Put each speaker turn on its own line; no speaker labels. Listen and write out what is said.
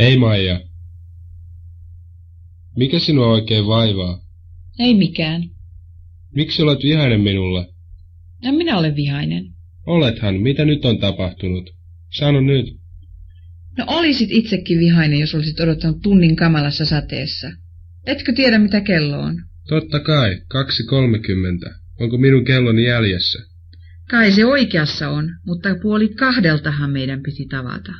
Hei Maija. Mikä sinua oikein vaivaa?
Ei mikään.
Miksi olet vihainen minulle?
En minä ole vihainen.
Olethan, mitä nyt on tapahtunut? Sano nyt.
No olisit itsekin vihainen, jos olisit odottanut tunnin kamalassa sateessa. Etkö tiedä, mitä kello on?
Totta kai, 2.30. Onko minun kelloni jäljessä?
Kai se oikeassa on, mutta puoli kahdeltahan meidän piti tavata.